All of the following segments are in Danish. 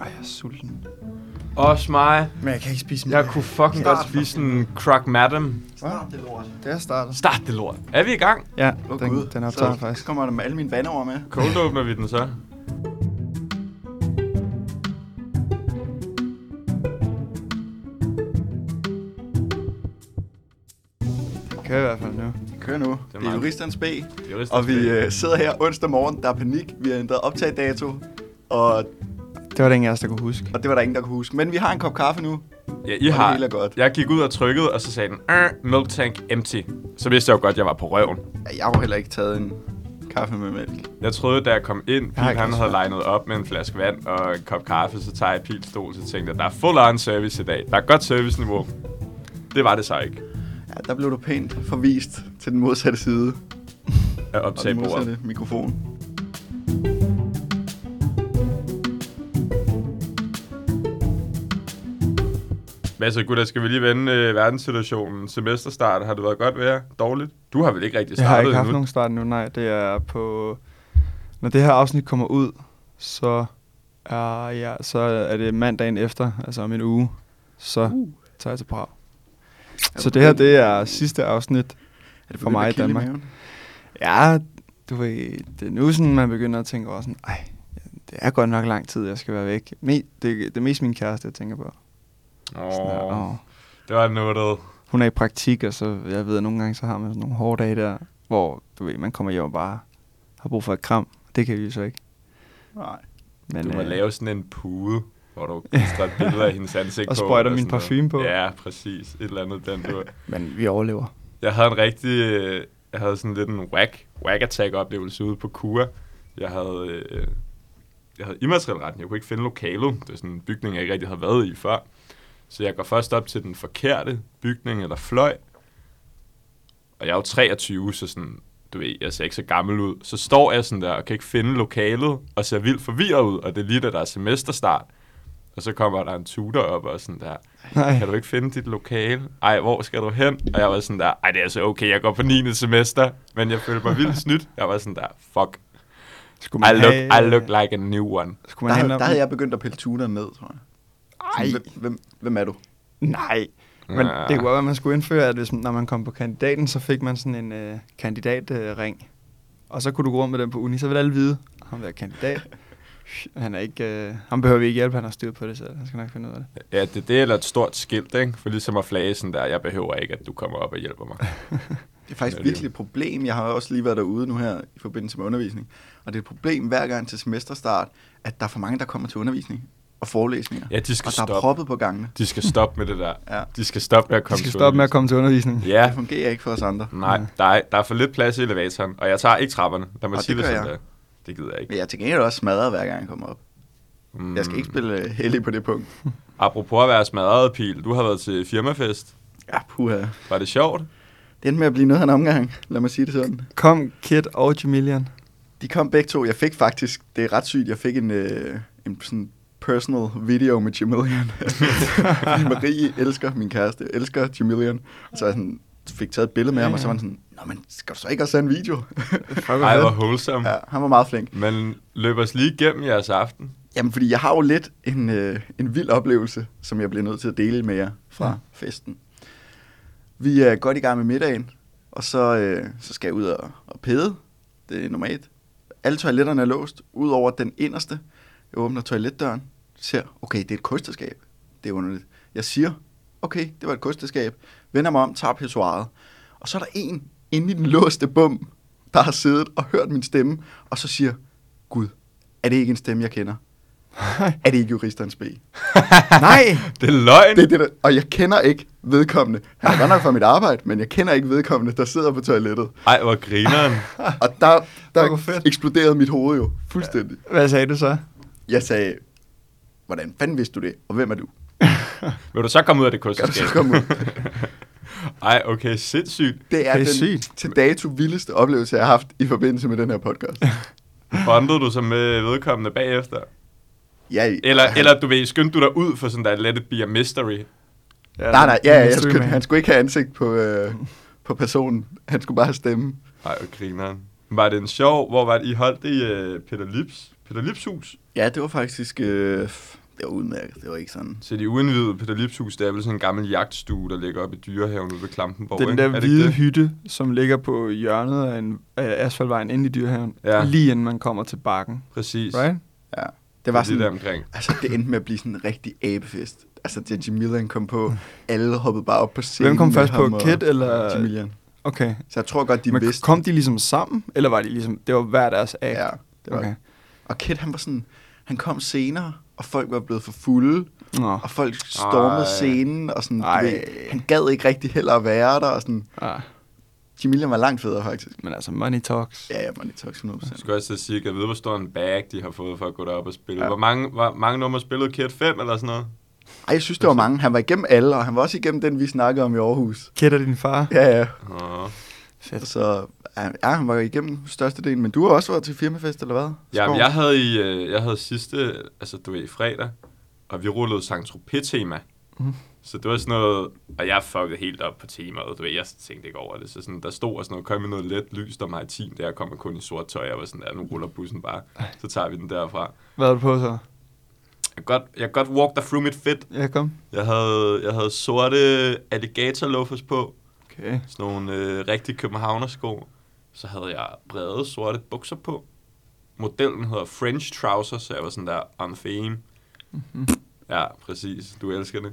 Ej, jeg er sulten. Også mig. Men jeg kan ikke spise mere. Jeg kunne fucking godt Start. spise sådan en Croc Madam. Snart det lort. Da jeg starter. Start det lort. Er vi i gang? Ja, Åh, den, Gud. den optager så faktisk. kommer der med alle mine bandeord med. Cold åbner vi den så. Den kører i hvert fald nu. Vi kører nu. Det er, meget- juristens B. Juristens Og vi B. øh, sidder her onsdag morgen. Der er panik. Vi har ændret optagdato. Og, Det var den jeg der kunne huske. og det var der ingen, der kunne huske. Men vi har en kop kaffe nu. Ja, I Og har. det hele er godt. Jeg gik ud og trykkede, og så sagde den, "Øh, milk tank empty. Så vidste jeg jo godt, at jeg var på røven. Ja, Jeg har jo heller ikke taget en kaffe med mælk. Jeg troede, da jeg kom ind, Pil har ikke han også havde været. legnet op med en flaske vand og en kop kaffe, så tager jeg Pil stol, så tænkte jeg, der er full on service i dag. Der er godt serviceniveau. Det var det så ikke Ja, der blev du pænt forvist til den modsatte side. at Og den optage bordet. modsatte mikrofon. Hvad så, gutter, skal vi lige vende øh, verdenssituationen? Semesterstart, har det været godt vejr? Dårligt? Du har vel ikke rigtig Jeg startet har ikke haft endnu? nogen start nu, nej. Det er på... Når det her afsnit kommer ud, så er, ja, så er det mandagen efter, altså om en uge, Uh, så tager jeg til Prag. Så det her, det Uh. er sidste afsnit. Er det For begyndt mig at i kilde Danmark. maven? Ja, du ved, det er nu sådan, man begynder at tænke over sådan, ej, det er godt nok lang tid, jeg skal være væk. Me, det, det er mest min kæreste, jeg tænker på. Sådan, Åh, åh. det var nuttet. hun er i praktik, og så, jeg ved, at nogle gange så har man sådan nogle hårde dage der, hvor, du ved, man kommer hjem og bare har brug for et kram. Det kan vi jo så ikke. Nej. Men, Du må øh, lave sådan en pude, hvor du klistrer et billede af hendes ansigt Og på, sprøjter eller min sådan parfume noget. på. Ja, præcis. Et eller andet den du. Men vi overlever. Jeg havde en rigtig... øh, Jeg havde sådan lidt en whack, whack attack oplevelse ude på Kura. Jeg havde... Øh, jeg havde immateriel retten. Jeg kunne ikke finde lokalet. Det er sådan en bygning, jeg ikke rigtig havde været i før. Så jeg går først op til den forkerte bygning eller fløj. Og jeg er jo 23, så sådan, du ved, jeg ser ikke så gammel ud. Så står jeg sådan der og kan ikke finde lokalet, og ser vildt forvirret ud, og det er lige da der er semesterstart. Og så kommer der en tutor op og sådan der, Nej. kan du ikke finde dit lokale? Ej, hvor skal du hen? Og jeg var sådan der, ej, det er så okay, jeg går på 9. semester, men jeg følte mig vildt snydt. Jeg var sådan der, fuck, Skulle I look, I look like a new one. Skulle man Der, havde- handle der om... havde jeg begyndt at pille tunerne ned, tror jeg. Sådan, Ej, hvem- Hvem, hvem er du? nej. Men det kunne godt være, at man skulle indføre, at hvis, man- når man kom på kandidaten, så fik man sådan en øh, kandidatring. Og så kunne du gå rundt med den på uni, så ville alle vide, ham der er kandidat. Han er ikke, øh, ham behøver vi ikke hjælpe, han har styr på det selv. Han skal nok finde ud af det. Ja, det, det er et stort skilt, ikke? For ligesom at flage sådan der, jeg behøver ikke, at du kommer op og hjælper mig. Det er faktisk Ja, det er virkelig et problem. Jeg har også lige været derude nu her i forbindelse med undervisning. Og det er et problem hver gang til semesterstart, at der er for mange, der kommer til undervisning og forelæsninger. Ja, de skal og der er stoppe. proppet på gangene. De skal stoppe med det der. Ja. De skal stoppe med at komme De skal til stoppe med at undervisning. komme til undervisning. Det Ja, fungerer ikke for os andre. nej, der er, der er for lidt plads i elevatoren, og jeg tager ikke trapperne. Lad mig Og sige det det, gør sådan jeg. der. Det gider jeg ikke. Men jeg er til gengæld også smadret, hver gang jeg kommer op. Mm. Jeg skal ikke spille øh, heldig på det punkt. Apropos at være smadret, Pil, du har været til firmafest. Ja, puha. Var det sjovt? Det endte med at blive noget af en omgang. Lad mig sige det sådan. Kom Kit og Jamilian. De kom begge to. Jeg fik faktisk, det er ret sygt, jeg fik en, øh, en sådan personal video med Jamilian. Fordi Marie elsker min kæreste, elsker Jamilian. Og så er jeg sådan, fik taget et billede med ham, og så var han sådan, Nå, men skal du så ikke også have en video? Ej, hvor wholesome. ja, han var meget flink. Men løb os lige igennem jeres aften. Jamen, fordi jeg har jo lidt en, øh, en vild oplevelse, som jeg bliver nødt til at dele med jer fra Ja. ja. festen. Vi er godt i gang med middagen, og så, øh, så skal jeg ud og, og pede. Det er normalt. Alle toiletterne er låst, udover den inderste. Jeg åbner toiletdøren, ser, okay, det er et kosteskab. Det er underligt. Jeg siger, okay, det var et kosteskab. Vender mig om, tager pissoiret. Og så er der en inde i den låste bum, der har siddet og hørt min stemme, og så siger, Gud, er det ikke en stemme, jeg kender? er det ikke juristerens B? Nej! Det er løgn. Det er det, der, og jeg kender ikke vedkommende. Han er godt nok fra mit arbejde, men jeg kender ikke vedkommende, der sidder på toilettet. Ej, hvor grineren. Og der, Ej, der hvor fedt. eksploderede mit hoved jo fuldstændig. Hvad sagde du så? Jeg sagde, hvordan fanden vidste du det, og hvem er du? Vil du så komme ud af det Kan du så kosteskab? komme ud? Ej, okay, sindssygt. Det er Det er den sygt. til dato vildeste oplevelse, jeg har haft i forbindelse med den her podcast. Bondede du så med vedkommende bagefter? Jeg, Eller, eller du ved, skyndte du dig ud for sådan der let it be a mystery? Ja, Nej, nej, ja, ja, det jeg er skulle, med. han skulle ikke have ansigt på, øh, på personen. Han skulle bare have stemme. Ej, hvor grineren. Var det en øh, sjov? Hvor var det, I holdt det i uh, Peter Lips? Peter Lips hus? Ja, det var faktisk øh, det var udmærket. Det var ikke sådan. Så de uindvidede Peter Lipshus, det er vel sådan en gammel jagtstue, der ligger oppe i dyrehaven ude ved Klampenborg. Den ikke? der er det ikke hvide det? hytte, som ligger på hjørnet af, en, af asfaltvejen inde i dyrehaven, Ja. ja. lige inden man kommer til bakken, Præcis. right? Ja. Det var Det er sådan, der omkring. altså det endte med at blive sådan en rigtig abefest. Altså da Jimmy Millen kom på, alle hoppede bare op på scenen. Mm. Hvem kom med først på, ham og- Kid eller- Jimmy Millen. Okay. Så jeg tror godt, de Men vidste. kom de ligesom sammen, eller var de ligesom, det var hver deres act? Ja, det var okay. Og Kid, han var sådan, han kom senere, og folk var blevet for fulde, Nå, og folk stormede Ej. Ej. scenen, og sådan, Ej. du ved, han gad ikke rigtig heller at være der, og sådan, ah, Jamilian var langt federe faktisk. men altså money talks. Ja, jeg var lidt toxic 100%. Jeg skulle også til at sige, at jeg ved, hvor stor en bag de har fået for at gå derop og spille. Ja. Ja. Hvor mange, hvor mange numre spillede Kid 5 eller sådan noget? Ej, jeg synes, det var mange. Han var igennem alle, og han var også igennem den, vi snakkede om i Aarhus. Kætter din far? Ja, ja. Åh. Fedt. Så Altså, ja, han var igennem størstedelen. Men du har også været til firmafest, eller hvad? Ja, Skov? men jeg havde, i, øh, jeg havde sidste, altså du ved, i fredag, og vi rullede Sankt Tropez-tema. Mhm. Så det var sådan noget, og jeg fuckede helt op på temaet, du ved, jeg tænkte ikke over det. Så sådan, der stod og sådan noget, kom med noget let lyst og maritim, der kom jeg kun i sort tøj, jeg var sådan, ja, nu ruller bussen bare, så tager vi den derfra. Hvad er du på så? Jeg kan godt, jeg kan godt walk dig through mit fedt. Ja, kom. Jeg havde, jeg havde sorte alligatorloafers på, Okay. sådan nogle øh, rigtige københavnersko. Så havde jeg brede sorte bukser på. Modellen hedder French Trousers, så jeg var sådan der on theme. Mm-hmm. Ja, præcis. Du elsker det.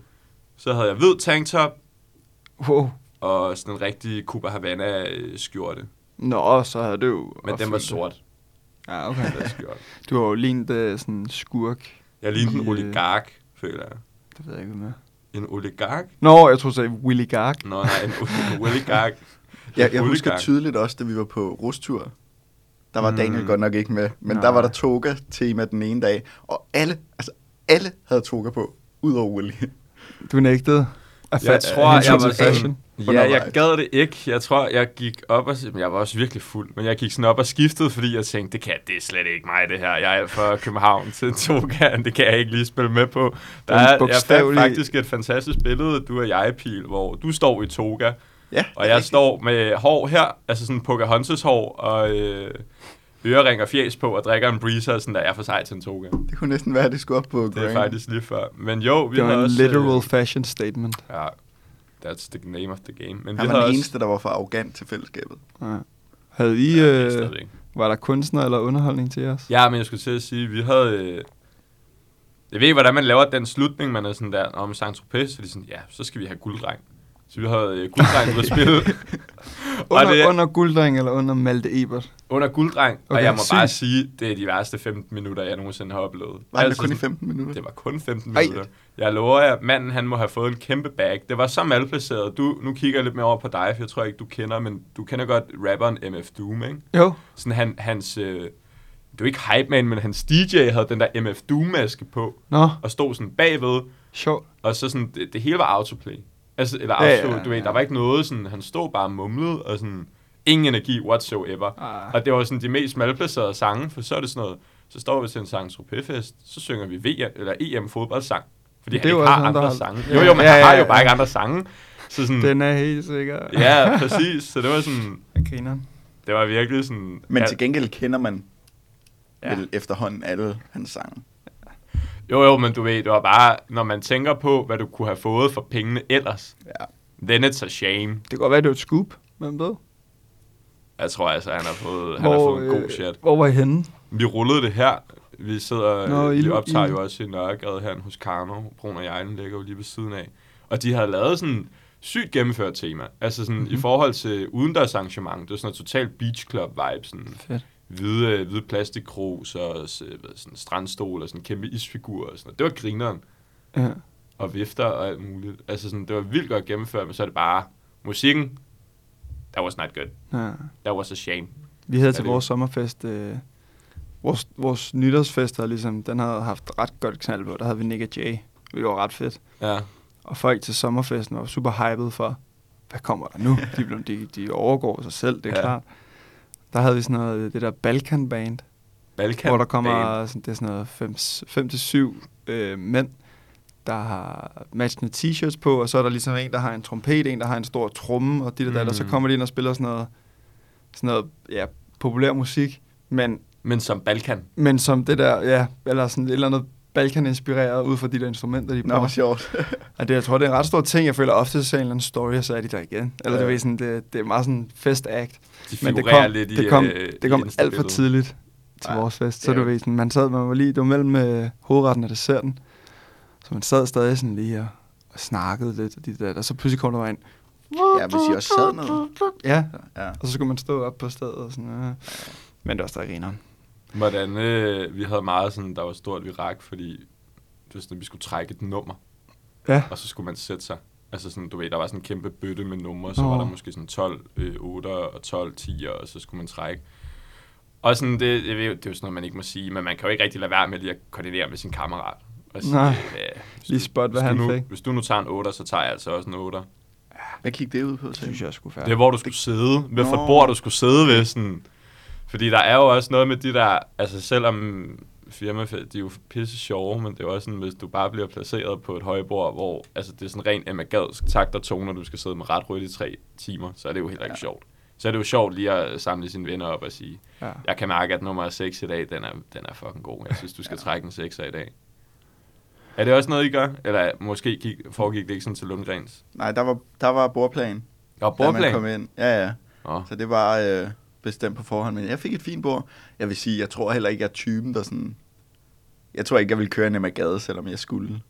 Så havde jeg hvid tanktop Wow. og sådan en rigtig Cuba Havana øh, skjorte. Nå, så havde du jo... Men den var sort. Ja, okay. Den der skjorte. Du har jo lignet øh, sådan en skurk. Jeg lignede en I, øh, oligark, føler jeg. Det ved jeg ikke, hvad med. En oligark? Nå, jeg tror du sagde Willy Gark. Nå nej, en o- oligark. jeg, jeg En husker oligark. tydeligt også, da vi var på rustur. Der var Mm. Daniel godt nok ikke med, men Nej. der var der toga-tema den ene dag. Og alle, altså alle havde toga på, udover Willy. Du nægtede. Af Jeg fa- tror, hensyn jeg til var sådan... Ja, Hvornår var jeg det? gad det ikke. Jeg tror, jeg gik op og... Men jeg var også virkelig fuld. Men jeg gik sådan op og skiftede, fordi jeg tænkte, det kan det er slet ikke mig, det her. Jeg er fra København til Togan. Det kan jeg ikke lige spille med på. Der er en er, jeg fandt bogstavelig- faktisk et fantastisk billede, du og jeg, Pil, hvor du står i toga, Ja, og jeg står med hår her, altså sådan Pocahontas hår, og øh, ørering og fjæs på, og drikker en breezer, sådan der jeg er for sej til en toga. det kunne næsten være, at det skulle op på Det er Grand. faktisk lige før. Men jo, vi Det har var en også... øh, literal fashion statement. Ja, that's the name of the game. Men Han vi har var den også... eneste, der var for arrogant til fællesskabet. Ja. Havde I... Ja, det er Øh, stadigvæk. var der kunstner eller underholdning til os? Ja, men jeg skulle til at sige, vi havde... Øh, jeg ved ikke, hvordan man laver den slutning, man er sådan der, om Saint Tropez, så er de sådan, ja, så skal vi have gulddreng. Så vi havde øh, gulddreng ud at spille og Under, det- under Gulddreng eller under Malte Ebert? under gulddreng, okay, og Okay, jeg må bare sygt. sige, det er de værste 15 minutter, jeg nogensinde har oplevet. Var han der Altså kun i sådan- 15 minutter? Det var kun 15 Ej. minutter. Jeg lover jer, manden han må have fået en kæmpe bag. Det var så malplaceret. Du, nu kigger jeg lidt mere over på dig, for jeg tror ikke, du kender, men du kender godt rapperen MF Doom, ikke? Jo. Sådan han, hans, øh, det var ikke hype man, men hans DJ havde den der MF Doom-maske på, Nå, og stod sådan bagved, sjovt. og så sådan, det, det hele var autoplay. Altså, eller Ja, auto, ja, ja, ja, du ved, ja. der var ikke noget, sådan, han stod bare og mumlede, og sådan, ingen energi whatsoever. Ah. Og det var sådan de mest malplacerede sange, for så er det sådan noget, så står vi til en sang fest så synger vi VM, eller EM fodboldsang, fordi Men han det er jo ikke også har ham, der andre har- sange. Ja. Jo, jo, men Ja, han ja, har ja. jo bare ikke andre sange. Så sådan, Den er helt sikker. ja, præcis, så det var sådan, Jeg griner. det var virkelig sådan, Men ja, til gengæld kender man Ja. ja. vel efterhånden alle hans sange. jo, jo, men du ved, det var bare, når man tænker på, hvad du kunne have fået for pengene ellers, Ja. then it's a shame. Det kan godt være, det var et scoop. Hvem ved? Jeg tror altså, han har fået, han har fået en god chat. Hvor øh, var I henne? Vi rullede det her. Vi sidder, Nå, Nå, I- vi optager I- jo også i Nørregade her hos Karno. Brun og jeg den ligger jo lige ved siden af. Og de har lavet sådan sygt gennemført tema. Altså sådan Mhm. mm-hmm. i forhold til udendørs arrangement. Det var sådan noget totalt beach club vibe. Sådan Fedt. hvide, øh, hvide plastikkrus og s- øh, hvad, sådan strandstol og sådan en kæmpe isfigur og sådan noget. Det var grineren. Ja. Og vifter og alt muligt. Altså sådan, det var vildt godt gennemført, men så er det bare musikken. That was not good. ja. That was a shame. Vi havde Ja, til det- vores sommerfest... Øh, vores, vores nytårsfest havde ligesom... Den havde haft ret godt knald på. Der havde vi Nick Jay. Det var ret fedt. Ja. Og folk til sommerfesten var super hyped for, hvad kommer der nu? De, blev, de, de overgår sig selv, det er Ja. ja. klart. Der havde vi sådan noget, det der Balkan Band, Balkan hvor der kommer sådan, det er sådan noget 5 fem, til 7 øh, mænd, der har matchende t-shirts på, og så er der ligesom en, der har en trompet, en, der har en stor tromme, og dit og dat, og så Mm. kommer de ind og spiller sådan noget, sådan noget ja, populær musik, men, Men som Balkan. men som det der, ja, eller sådan et eller andet Balkan-inspireret ud fra de der instrumenter, de Nå, hvor bruger. sjovt. Og det, jeg tror, det er en ret stor ting. Jeg føler ofte, at ser en eller anden story, og så er de der igen. Eller Ja. det, er sådan, det, det er meget sådan en fest-act. De Men det figurerer kom, lidt i, det kom, øh, det i kom alt for Insta-billedet. tidligt til Ej, vores fest. det Så er du jo- ved, sådan, man sad, man var lige, det var mellem øh, hovedretten og desserten. Så man sad stadig sådan lige og, og snakkede lidt. Og, de der, og så pludselig kom der bare ind. Ja, hvis I også sad ned. Ja, Ja. og så skulle man stå op på stedet og sådan noget. Men det var stadig grineren. Hvordan, øh, vi havde meget sådan, der var stort virak, fordi du ved, sådan, vi skulle trække et nummer, Ja, og så skulle man sætte sig. Altså sådan, du ved, der var sådan en kæmpe bøtte med numre, så oh. var Nå. der måske sådan 12 øh, 8 og 12 10'er, og så skulle man trække. Og sådan, det, jeg ved, jo, det er jo sådan noget, man ikke må sige, men man kan jo ikke rigtig lade være med lige at koordinere med sin kammerat. Og sige, Nej. øh, hvis Lige du- spot, hvis hvad han du nu, fik. Hvis du nu tager en 8, så tager jeg altså også en 8. Det Hvad gik det ud på? det synes jeg også skulle være. er, hvor du skulle sidde. Hvad for Nå. et bord, du skulle sidde ved. Sådan. Fordi der er jo også noget med de der... Altså selvom firmafest, de er jo pisse sjove, men det er jo også sådan, hvis du bare bliver placeret på et højbord, hvor altså, det er sådan rent amagadsk takt og toner, du skal sidde med ret rødt i tre timer, så er det jo heller ikke ja. sjovt. Så er det jo sjovt lige at samle sine venner op og sige, Ja. jeg kan mærke, at nummer 6 i dag, den er, den er fucking god. Jeg synes, du skal ja. trække en 6 i dag. Er det også noget, I gør? Eller måske gik, foregik det ikke sådan til Lundgrens? Nej, der var, der var bordplan, Og da man bordplan? kom ind. Ja, ja. Nå. Så det var øh, bestemt på forhånd. Men jeg fik et fint bord. Jeg vil sige, jeg tror heller ikke, jeg er typen, der sådan... Jeg tror ikke, jeg ville køre en Gade, selvom jeg skulle.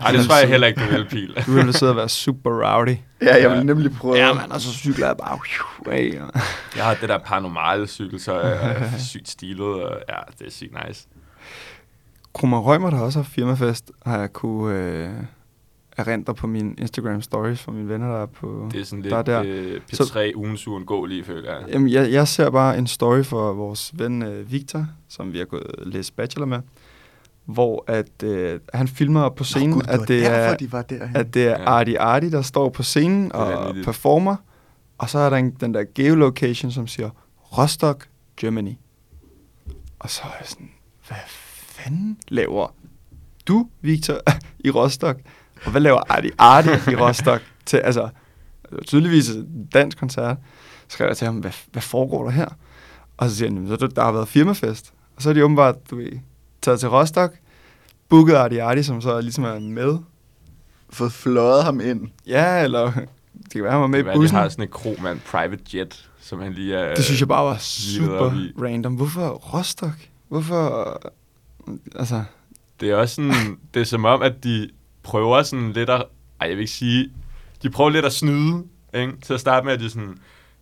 Nej, det tror jeg heller ikke, du vil, Pil. Du ville sidde og være super rowdy. Ja, jeg Ja. ville nemlig prøve. Ja, man, og så cykler jeg bare. Phew, af, og- Jeg har det der paranormale cykel, så jeg er sygt stilet, og ja, det er sygt nice. Krummer Rømer, der også har firmafest, har jeg kunne øh, erindre på mine Instagram stories fra mine venner, der er på... Det er sådan Der er lidt der. øh, Så- P3 ugens uundgåelige, føler jeg. Jamen, jeg, jeg ser bare en story fra vores ven øh, Victor, som vi har gået læst bachelor med, hvor at, øh, han filmer op på scenen, Nå, Gud, at, det er, de var derhen. at det er Ja. Arti Arti, der står på scenen er og vanvittigt. performer, og så er der en, den der geolocation, som siger Rostock, Germany. Og så er jeg sådan, hvad fanden laver du, Victor, i Rostock? Og hvad laver Arti Arti i Rostock? til, altså, det var tydeligvis en dansk koncert. Så skrev jeg til ham, hvad, hvad foregår der her? Og så siger han, "Jamen, så er der der har været firmafest. Og så er de åbenbart, du ved, taget til Rostock, booket Arti Arti, som så ligesom er med. Fået fløjet ham ind. Ja, eller det kan være, han var med Det i er, de bussen. har sådan en kromand private jet, som han lige er... Det synes jeg bare var lige ved super op i. random. Hvorfor Rostock? Hvorfor... Altså, Det er også sådan, det er som om, at de prøver sådan lidt at, ej, jeg vil ikke sige, de prøver lidt at snyde, ikke? Til at starte med, at de er sådan,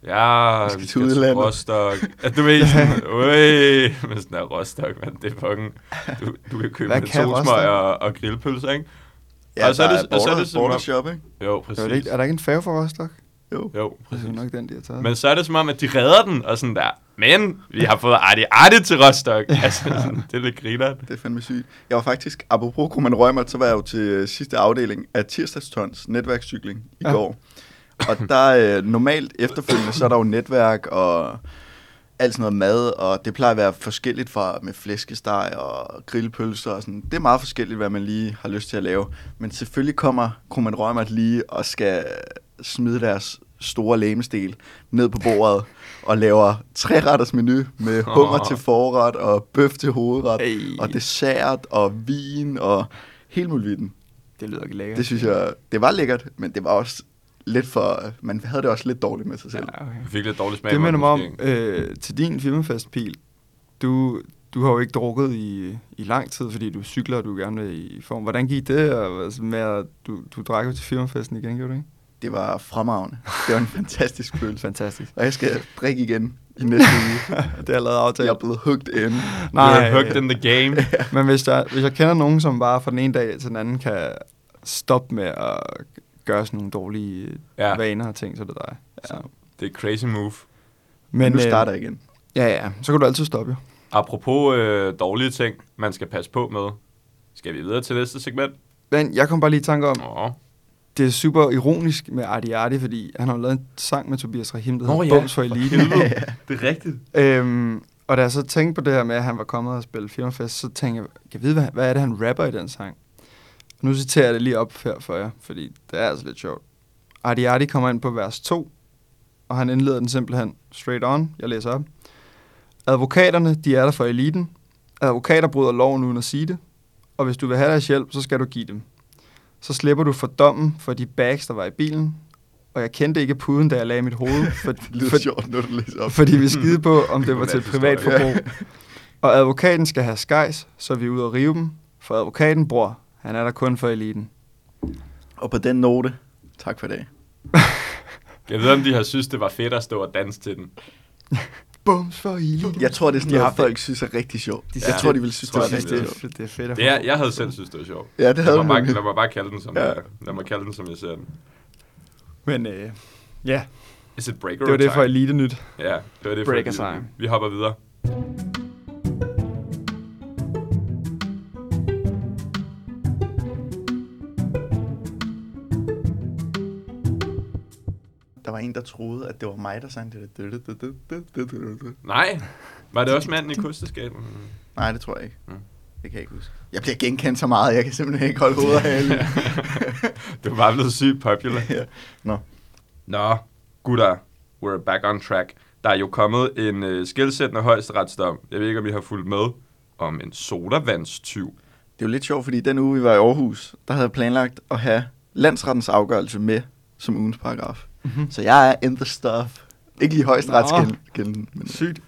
ja, Vi skal til udlandet." Rostock. Ja, du ved, sådan, øj, men sådan der Rostock, man, det er fucking, du, du kan købe Hvad en kan solsmøg Rostock? og, og grillpølser, ikke? Og så er det- og så er det som om- bordershop, ikke? Jo, er, præcis. det ikke, er der ikke en færge for Rostock? Jo. Jo, Det er præcis. nok den, de har taget. Men så er det som om, at de redder den, og sådan der, men vi har fået Arti Arti til Rostock. Altså, sådan, det er lidt grineren. Det er fandme sygt. Jeg var faktisk, apropos Krummen Rømert, så var jeg jo til øh, sidste afdeling af tirsdagstons netværkscykling i Ja. ja. går. Og der øh, normalt efterfølgende, så er der jo netværk og alt sådan noget mad, og det plejer at være forskelligt fra med flæskesteg og grillpølser og sådan. Det er meget forskelligt, hvad man lige har lyst til at lave. Men selvfølgelig kommer Krummen Rømert lige og skal smide deres store lægemestel ned på bordet og laver treretters menu med hummer til forret og bøf til hovedret Ej. og dessert og vin og hele muligheden. det lyder ikke Ja. lækkert. Det synes jeg, det var lækkert, men det var også lidt for, man havde det også lidt dårligt med sig selv. Ja, okay. Vi fik lidt dårlig smag. i Det minder munden, mig om, måske, ikke? øh, til din firmafestpil, du, du har jo ikke drukket i, i lang tid, fordi du cykler, og du er gerne vil i form. Hvordan gik det og, altså, med, at du, du drak jo til firmafesten igen, gjorde du ikke? Det var fremragende. Det var en fantastisk følelse. Fantastisk. Og jeg skal drikke igen i næste uge. det har jeg lavet aftale. Jeg er blevet hooked in. You're øh, hooked in the game. Men hvis, der, hvis jeg kender nogen, som bare fra den ene dag til den anden kan stoppe med at gøre sådan nogle dårlige ja. Ja. vaner og ting, så er det dig. Ja. Det er et crazy move. Men nu øh, starter jeg igen. Ja, ja. Så kan du altid stoppe, jo. Apropos øh, dårlige ting, man skal passe på med. Skal vi videre til næste segment? Men jeg kom bare lige i tanke om, Nå, det er super ironisk med Arti Arti, fordi han har jo lavet en sang med Tobias Rahim, der Nå hedder ja, Bums for for Elite. helvede. det er rigtigt. øhm, og da jeg så tænkte på det her med, at han var kommet og spille firmafest, så tænkte jeg, kan jeg vide, hvad, hvad er det, han rapper i den sang? Nu citerer jeg det lige op her for jer, fordi det er altså lidt sjovt. Arti Arti kommer ind på vers 2, og han indleder den simpelthen straight on. Jeg læser op. Advokaterne, de er der for eliten. Advokater bryder loven uden at sige det. og hvis du vil have deres hjælp, så skal du give dem. Så slipper du for dommen for de bags, der var i bilen, og jeg kendte ikke puden, da jeg lagde mit hoved, for, Det lyder for, sjovt, når du læser op. fordi vi skide på, om det var til privat Godnathistorie. forbrug. Og advokaten skal have skejs, så vi er ude og rive dem, for advokaten, bror, han er der kun for eliten. Og på den note, tak for i dag. Jeg ved, om de har synes, det var fedt at stå og danse til den. Bums for eliten. Jeg tror, det er sådan Ja, noget, det- folk synes er rigtig sjovt. De Jeg synes, tror, det- de vil synes, tror det er jeg, rigtig det, sjovt. er, det er fedt at Det er, få. jeg havde selv synes, det var sjovt. Ja, det havde Lad mig, bare, man. lad mig bare kalde den, som Ja. ja. Lad mig kalde den, som jeg ser den. Men øh, ja, Is it breaker det var det for time? elite nyt. Ja, det var det Breaker for time. Vi hopper videre. Der var en, der troede, at det var mig, der sang det. der. Nej, var det også manden i kusteskabet? Nej, det tror jeg ikke. Mm. Det kan jeg ikke huske. Jeg bliver genkendt så meget, jeg kan simpelthen ikke holde hovedet af alle. du var bare blevet sygt popular. Ja. Nå. Nå, gutter, we're back on track. Der er jo kommet en øh, skilsættende højesteretsdom. Jeg ved ikke, om I har fulgt med om en sodavandstyv. Det er jo lidt sjovt, fordi den uge, vi var i Aarhus, der havde jeg planlagt at have landsrettens afgørelse med som ugens paragraf. Mm-hmm. Så jeg er in the stuff. Ikke lige højst Nå. retskilden, men Sygt.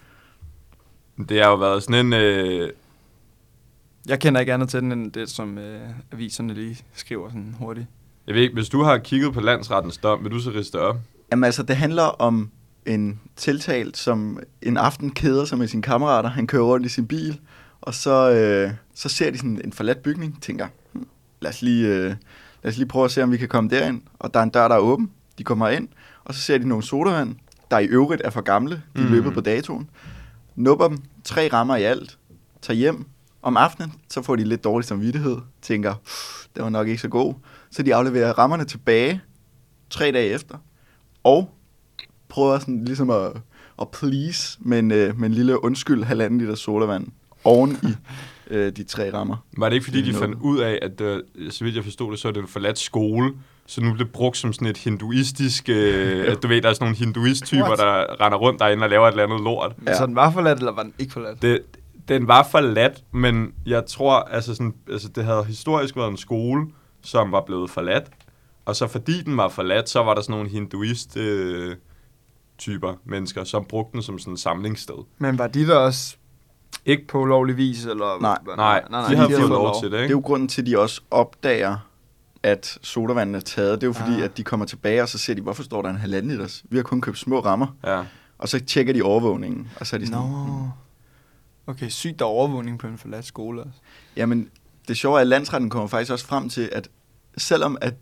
Det har jo været sådan en... Øh, Jeg kender ikke andet til den, end det, som øh, aviserne lige skriver sådan hurtigt. jeg ved ikke, hvis du har kigget på landsrettens dom, vil du så riste op? Jamen altså, det handler om en tiltalt, som en aften keder sig med sine kammerater. Han kører rundt i sin bil, og så, øh, så ser de sådan en forladt bygning, tænker, "Hmm, lad os, lige, øh, lad os lige prøve at se, om vi kan komme derind. Og der er en dør, der er åben. De kommer ind, og så ser de nogle sodavand, der i øvrigt er for gamle. De er Mm. løbet på datoen. Nupper dem, tre rammer i alt, tager hjem. Om aftenen, så får de lidt dårlig samvittighed, tænker, "Pff, det var nok ikke så god. Så de afleverer rammerne tilbage tre dage efter, og prøver sådan ligesom at, at please med en, øh, med en lille undskyld halvanden liter sodavand oven i øh, de tre rammer. Var det ikke, fordi Det er de fandt ud af, at øh, så vidt jeg forstod det, så er det en forladt skole, så nu blev det brugt som sådan et hinduistisk... Øh, at du ved, der er sådan nogle hinduist-typer, What? der render rundt derinde og laver et eller andet lort. Men Ja. ja. så den var forladt, eller var den ikke forladt? Det, den var forladt, men jeg tror, altså, sådan, altså det havde historisk været en skole, som var blevet forladt. Og så fordi den var forladt, så var der sådan nogle hinduist øh, typer mennesker, som brugte den som sådan et samlingssted. Men var de der også ikke på ulovlig vis? Eller? Nej. Nej, nej, de havde de fået havde lov til det, Det er ikke? jo grunden til, at de også opdager, at sodavanden er taget. Det er jo fordi, Ah. at de kommer tilbage, og så ser de, hvorfor står der en halvanden liters? Vi har kun købt små rammer. Ja. Og så tjekker de overvågningen, og så er de sådan, no. Mm. Nå. Okay, sygt der er overvågning på en forladt skole. Altså. jamen, det sjove er, at landsretten kommer faktisk også frem til, at selvom at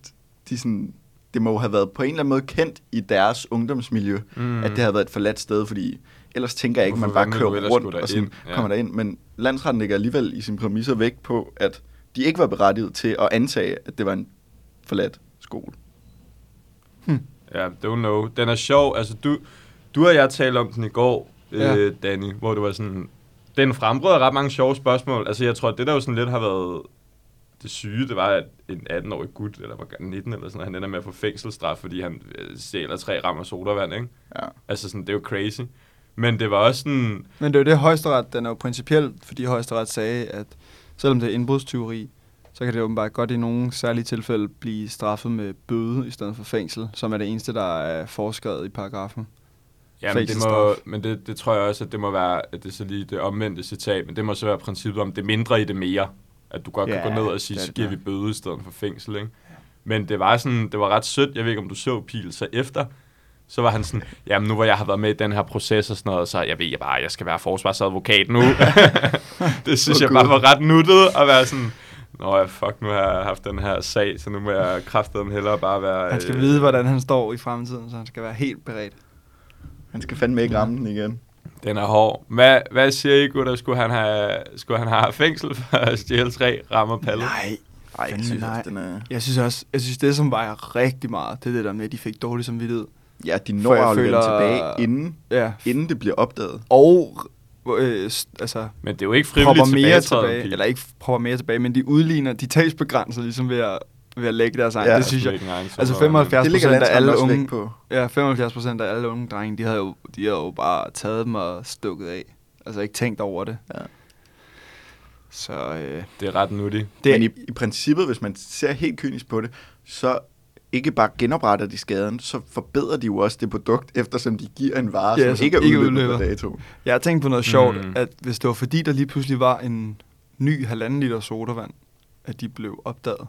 de sådan, det må jo have været på en eller anden måde kendt i deres ungdomsmiljø, Mm. at det har været et forladt sted, fordi ellers tænker jeg ikke, Hvorfor man bare fanden ville du kører ellers rundt gå og sådan, derind? ja. Ja. kommer derind. Men landsretten lægger alligevel i sine præmisser vægt på, at de ikke var berettiget til at antage, at det var en forladt skole. Ja, don't know. Den er sjov. Altså, du, du og jeg talte om den i går, Ja. øh, Danny, hvor du var sådan... Den frembrød ret mange sjove spørgsmål. Altså, jeg tror, det der jo sådan lidt har været det syge, det var, at en 18-årig gut, eller var han 19 eller sådan noget, han ender med at få fængselsstraf, fordi han øh, stjæler tre rammer sodavand, ikke? Ja. Altså, sådan, det er jo crazy. Men det var også sådan... Men det er jo det, højesteret, den er jo principiel, fordi højesteret sagde, at selvom det er indbrudstyveri, så kan det åbenbart godt i nogle særlige tilfælde blive straffet med bøde i stedet for fængsel, som er det eneste, der er foreskrevet i paragrafen. Ja, men, det, må, Fængselsstraf. men det, det, tror jeg også, at det må være, at det er så lige det omvendte citat, men det må så være princippet om det mindre i det mere. At du godt kan Ja, gå ned og sige, det er så det giver vi nok. bøde i stedet for fængsel, ikke? Men det var sådan, det var ret sødt, jeg ved ikke, om du så Pil så efter, så var han sådan, jamen nu hvor jeg har været med i den her proces og sådan noget, så jeg ved jeg bare, jeg skal være forsvarsadvokat nu. det synes Åh, oh, jeg Gud. bare var ret nuttet at være sådan, Nå ja, fuck, nu har jeg haft den her sag, så nu må jeg kraftedeme hellere bare være... Han skal øh, vide, hvordan han står i fremtiden, så han skal være helt beredt. Han skal fandme ikke ramme den igen. Den er hård. Hvad, hvad siger I, gutter? Skulle han have, skulle han have haft fængsel for at stjæle tre rammer palle? Nej, Ej, jeg Fandme synes nej. også, den er... Jeg synes også, jeg synes det, som vejer rigtig meget, det er det der med, at de fik dårlig samvittighed. Ja, de For når jeg at føler... føler- tilbage, inden, Ja. inden det bliver opdaget. Og øh, s- altså, Men det er jo ikke frivilligt propper mere tilbagetræden, tilbage, Pil. eller ikke propper mere tilbage, men de udligner, de tabsbegrænser ligesom ved at, ved at lægge deres egen. Ja. Ja, det synes Det er jeg. ikke engang så Altså meget. 75 Det ligger procent af landsretten alle også vægt unge, på. ja, 75 procent af alle unge drenge, de havde, jo, de havde jo bare taget dem og stukket af. Altså ikke tænkt over det. Ja. Så øh, Det er ret nuttigt. Det... Men det, i, i princippet, hvis man ser helt kynisk på det, så ikke bare genopretter de skaden, så forbedrer de jo også det produkt, eftersom de giver en vare, Ja, som som ikke er ikke udløbet på udløber. dato. jeg har tænkt på noget sjovt, Mm. mm. at hvis det var fordi, der lige pludselig var en ny halvanden liter sodavand, at de blev opdaget,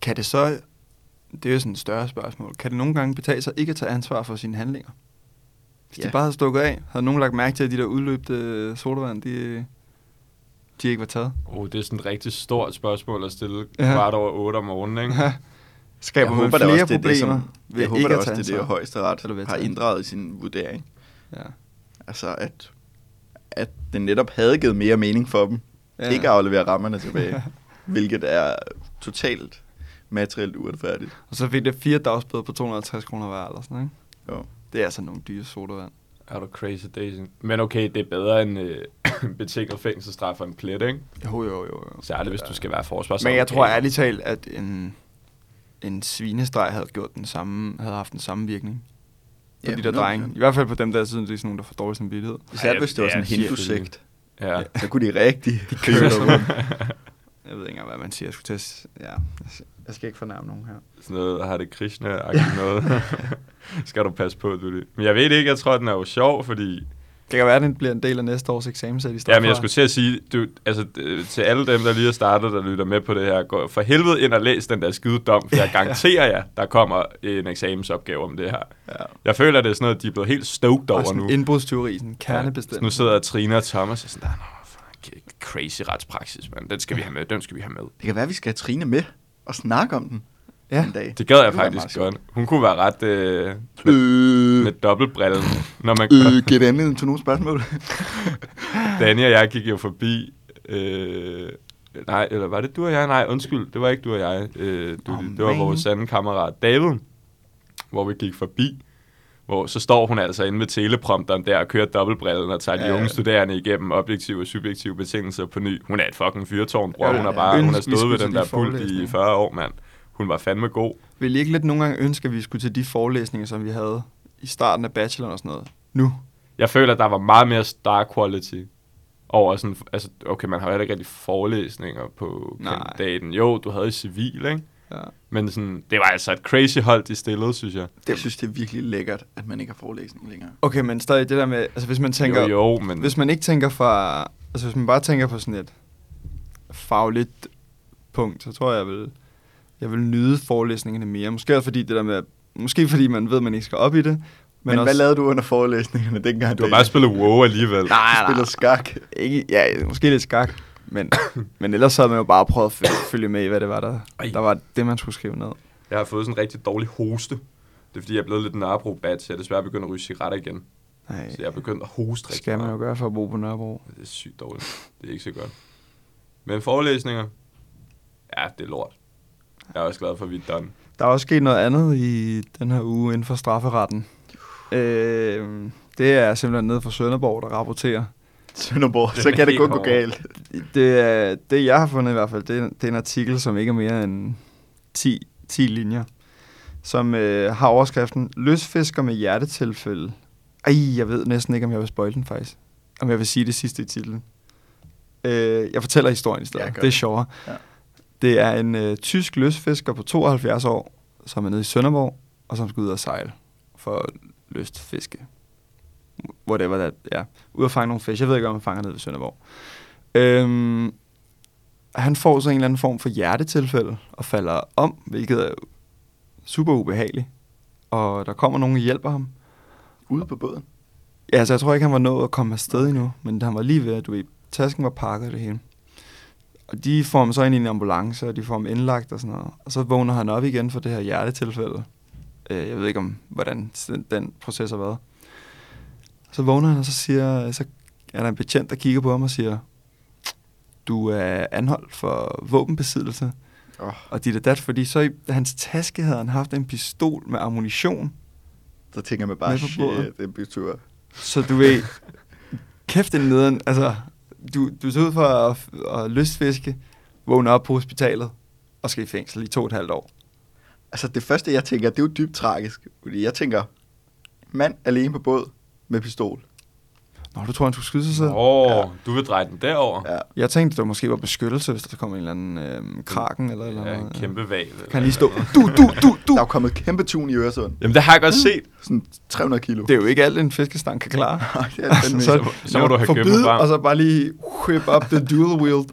kan det så, det er jo sådan et større spørgsmål, kan det nogle gange betale sig ikke at tage ansvar for sine handlinger? Hvis Ja. de bare havde stukket af, havde nogen lagt mærke til, at de der udløbte øh, sodavand, de, de ikke var taget. Oh, det er sådan et rigtig stort spørgsmål at stille ja. Ja. kvart over 8 om morgenen, ikke? Skaber man da flere også, det er problemer det, som, ved jeg håber ikke da at også, tage det er det, ansvar. Eller ved højesteret at har tage ændret i sin vurdering. Ja. Altså, at, at den netop havde givet mere mening for dem. Ja. Ja. Ikke at aflevere rammerne tilbage, hvilket er totalt materielt uretfærdigt. Og så fik det fire dagsbøder på 250 kroner hver eller sådan, ikke? Jo. Det er altså nogle dyre sodavand. Er du crazy daisy? Men okay, det er bedre end øh, betinget fængselsstraf og en plet, ikke? Jo, jo, jo. jo. Særligt, hvis du skal være forsvarsadvokat. Men jeg tror ærligt talt, at en, en svinestreg havde, gjort den samme, havde haft den samme virkning på Ja, de der 100%. drenge. I hvert fald på dem, der synes, det er sådan nogle, der får dårlig samvittighed. Især Ej, hvis det var ja, sådan en selvfølgelig. hindusigt, Ja. så kunne de rigtig de kører sådan. Jeg ved ikke engang, hvad man siger. Jeg, skulle til at, s- ja, jeg skal ikke fornærme nogen her. Sådan noget, har det krishna noget. skal du passe på, du det. Men jeg ved det ikke, jeg tror, den er jo sjov, fordi... Det kan være, at den bliver en del af næste års eksamenssæt i stedet Ja, men jeg for. skulle til at sige, du, altså, øh, til alle dem, der lige er startet, der lytter med på det her, gå for helvede ind og læs den der skide dom, for jeg garanterer jer, der kommer en eksamensopgave om det her. Ja. Jeg føler, det er sådan noget, de er blevet helt stoked Og over sådan nu. indbrudstyveri, sådan Så kernebestemt. nu sidder Trina og Thomas og sådan, der er noget fucking crazy retspraksis, mand. Den skal vi have med, den skal vi have med. Det kan være, at vi skal have Trine med og snakke om den Ja. en dag. Det gad jeg kunne være faktisk meget godt. Hun kunne være ret øh, sjovt. med, Øh, med dobbeltbrillen, når man øh, giver det anledning til nogle spørgsmål? Danny og jeg gik jo forbi... Øh, nej, eller var det du og jeg? Nej, undskyld, det var ikke du og jeg. Øh, du, Åh, det var man. vores anden kammerat David, hvor vi gik forbi. Hvor så står hun altså inde ved teleprompteren der og kører dobbeltbrillen og tager ja, Ja, de unge ja. studerende igennem objektive og subjektive betingelser på ny. Hun er et fucking fyrtårn, bror. Ja, hun har ja. bare hun har Ønsk, vi stået ved skulle den til der de pult i forelæsninger. 40 år, mand. Hun var fandme god. Vil I ikke lidt nogle gange ønske, at vi skulle til de forelæsninger, som vi havde i starten af bacheloren og sådan noget? Nu. Jeg føler, at der var meget mere star quality over sådan, altså, okay, man har jo heller ikke rigtig forelæsninger på Nej. kandidaten. Jo, du havde i civil, ikke? Ja. Men sådan, det var altså et crazy hold, de stillede, synes jeg. Jeg synes, det er virkelig lækkert, at man ikke har forelæsning længere. Okay, men stadig det der med, altså hvis man tænker, jo, jo, men hvis man ikke tænker fra, altså hvis man bare tænker på sådan et fagligt punkt, så tror jeg, jeg vil, jeg vil nyde forelæsningerne mere. Måske også fordi det der med, måske fordi man ved, at man ikke skal op i det, men, Men, Men også, hvad lavede du under forelæsningerne dengang? du har bare spillet WoW alligevel. Nej, Du spillede skak. Ikke, ja, måske lidt skak, men, men ellers så havde man jo bare prøvet at følge, følge med i, hvad det var, der, Ej. der var det, man skulle skrive ned. Jeg har fået sådan en rigtig dårlig hoste. Det er fordi, jeg er blevet lidt narobad, så jeg er desværre begyndt at ryge cigaretter igen. Nej, Så jeg er begyndt at hoste rigtig skal man jo meget. gøre for at bo på Nørrebro. Det er sygt dårligt. Det er ikke så godt. Men forelæsninger? Ja, det er lort. Jeg er også glad for, at vi er done. Der er også sket noget andet i den her uge inden for strafferetten. Øh, det er simpelthen nede fra Sønderborg, der rapporterer. Sønderborg, Den så er kan det helt kun gå hård. galt. Det, er, det jeg har fundet i hvert fald, det er, det er en artikel, som ikke er mere end 10, 10 linjer, som øh, har overskriften Løsfisker med hjertetilfælde. Ej, jeg ved næsten ikke, om jeg vil spoil den faktisk. Om jeg vil sige det sidste i titlen. Øh, jeg fortæller historien i stedet. Ja, gør det er det. sjovere. Ja. Ja. Det er en øh, tysk løsfisker på 72 år, som er nede i Sønderborg, og som skal ud og sejle for at løstfiske. Whatever that, ja. Ud og fange nogle fisk. Jeg ved ikke, om man fanger nede ved Sønderborg. Øhm, han får så en eller anden form for hjertetilfælde og falder om, hvilket er super ubehageligt. Og der kommer nogen og hjælper ham. Ude på båden. Ja, altså jeg tror ikke, han var nået at komme afsted endnu, men han var lige ved, at du ved, tasken var pakket og det hele. Og de får ham så ind i en ambulance, og de får ham indlagt og sådan noget. Og så vågner han op igen for det her hjertetilfælde. Øh, jeg ved ikke, om hvordan den, den proces har været. Så vågner han, og så, siger, så er der en betjent, der kigger på ham og siger, du er anholdt for våbenbesiddelse. Åh. Og dit og dat, fordi så i hans taske havde han haft en pistol med ammunition. Så tænker man Med bare, på båden. shit, det betyder... Så du ved, kæft den nederen, altså, du, du så ud for at, at lystfiske, vågne op på hospitalet og skal i fængsel i to og et halvt år. Altså det første, jeg tænker, det er jo dybt tragisk. Fordi jeg tænker, mand alene på båd med pistol. Nå, du tror, han skulle skyde sig selv? Åh, oh, du vil dreje den derover. Ja. Jeg tænkte, det måske var beskyttelse, hvis der kom en eller anden øh, kraken eller eller Ja, en noget. kæmpe val. Kan han lige stå, du, du, du, du. Der er jo kommet kæmpe tun i Øresund. Jamen, det har jeg godt set. Sådan 300 kilo. Det er jo ikke alt, en fiskestang kan klare. Nej, det er det fandme ikke. så- så må du have forbid, gømmet bare. og så bare lige whip up the dual wield.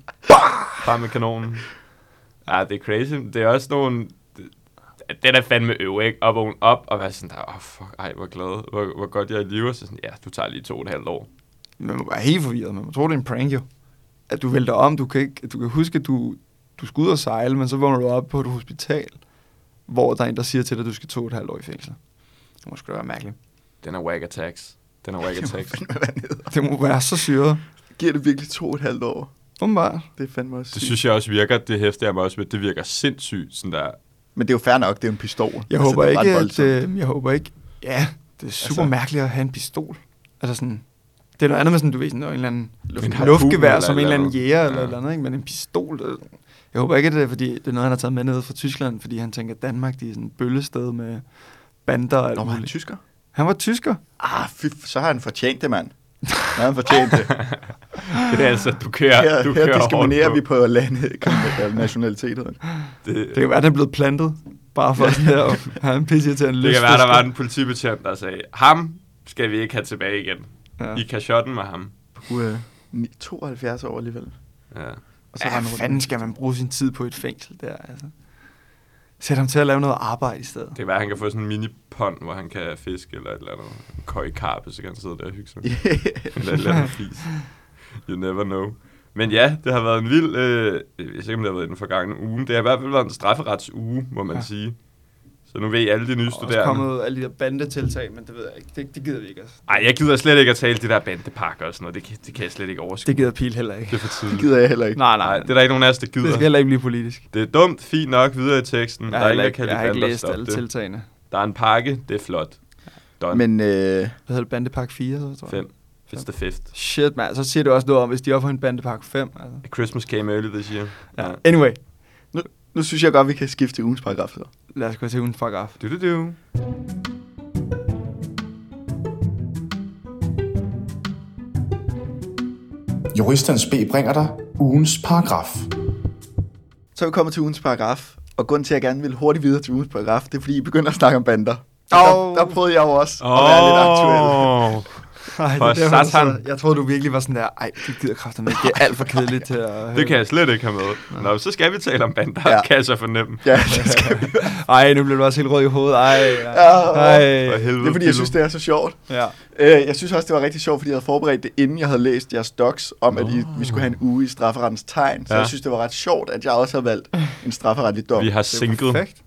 Bare med kanonen. Ja, det er crazy. Det er også nogle... Det, det er da fandme øv, ikke? Op og op, og være sådan der, åh, oh, fuck, ej, hvor glad, hvor, hvor godt jeg er i live. Og Så sådan, ja, du tager lige to og et halvt år. Man må være helt forvirret, man må tro, det er en prank jo. At du vælter om, du kan, ikke, du kan huske, at du, du skal ud og sejle, men så vågner du op på et hospital, hvor der er en, der siger til dig, at du skal to og et halvt år i fængsel. Det må sgu da være mærkeligt. Den er whack attacks. Den er whack Det må attacks. fandme være nede. Det må være så syret. Giver det virkelig to og et halvt år? Åbenbart. Det er fandme også Det sygt. synes jeg også virker, det hæfter jeg mig også ved. Det virker sindssygt, sådan der. Men det er jo fair nok, det er jo en pistol. Jeg altså, håber det er ret ikke, at... voldsomt. Øh, jeg håber ikke... Ja, det er super Altså- altså, mærkeligt at have en pistol. Altså sådan... Det er noget andet med sådan, du ved, sådan noget, en eller anden Luft- En luft, harpun luftgevær, eller som et en eller eller anden jæger andet. eller Ja. et eller andet, ikke? Men en pistol, det, er- jeg håber ikke, at det er, fordi det er noget, han har taget med ned fra Tyskland, fordi han tænker, at Danmark, de er sådan et bøllested med bander og alt Nå, var han muligt. tysker? Han var tysker. Ah, fy, så har han fortjent det, mand. Så har han fortjent det. Det er altså, du kører, Her, du her kører diskriminerer hårdt vi på lande, eller nationaliteterne. på. Det, Det kan være, at han er blevet plantet, bare for sådan der, at have en pisse til en Det kan være, der var en politibetjent, der sagde, ham skal vi ikke have tilbage igen. Ja. Ja. I kan shotten med ham. Du er øh, ni- 72 år alligevel. Ja. Og Ja, har han hvad rundt- fanden skal man bruge sin tid på i et fængsel der, altså? Sæt ham til at lave noget arbejde i stedet. Det kan være, han kan få sådan en mini-pond, hvor han kan fiske eller et eller andet. En køj karpe, så kan han sidde der og hygge sig. Eller et eller andet fis. You never know. Men ja, det har været en vild... Øh, jeg ved ikke, om det har været i den forgangne uge. men Det har i hvert fald været en strafferetsuge, må man ja. Ja. sige. Så nu ved I alle de nye Der er også studerende. kommet alle de der bandetiltag, men det ved jeg ikke. Det, det gider vi ikke, altså. Ej, jeg gider slet ikke at tale de der bandepakker og sådan noget. Det kan, det kan jeg slet ikke overskue. Det gider Pil heller ikke. det er for Det tidligt. gider jeg heller ikke. Nej, Nej, det er der ikke nogen af os, der gider. det skal heller ikke blive politisk. Det er dumt, fint nok, videre i teksten. Jeg der har, er ikke, heller jeg ikke, kan jeg har ikke lide læst alle til. tiltagene. Der er en pakke, det er flot. Done. Men Men øh, Hvad hedder det? Bandepark 4, så tror jeg. Fem. It's the fifth. Shit, man. Så siger det også noget om, hvis de opfører en bandepark 5. Altså. A Christmas came early this year. Ja. Anyway, nu synes jeg godt, vi kan skifte til ugens paragraf. Så. lad os gå til ugen fuck off. Du, du, du. Juristens B bringer dig ugens paragraf. så er vi kommet til ugens paragraf. Og grunden til, at jeg gerne vil hurtigt videre til ugens paragraf, det er, fordi I begynder at snakke om bander. Og Åh. Der, der prøvede jeg jo også at være lidt aktuel. Ej, det For er derfor, du satan. sidder- jeg troede, du virkelig var sådan der, ej, du gider kraften ikke. Det er alt for kedeligt til at... Det kan jeg slet ikke have med. Nå, så skal vi tale om bander, ja. Ja. kan jeg så fornemme. Ja, det skal vi. Ej, nu blev du også helt rød i hovedet. Ej, Ja, ej. For helvede. Det er, fordi jeg synes, det er så sjovt. Ja. Øh, jeg synes også, det var rigtig sjovt, fordi jeg havde forberedt det, inden jeg havde læst jeres docs om, at I, vi skulle have en uge i strafferettens tegn. Så Ja. ja. jeg synes, det var ret sjovt, at jeg også havde valgt en strafferetlig dom. Vi har Det er sinket. perfekt.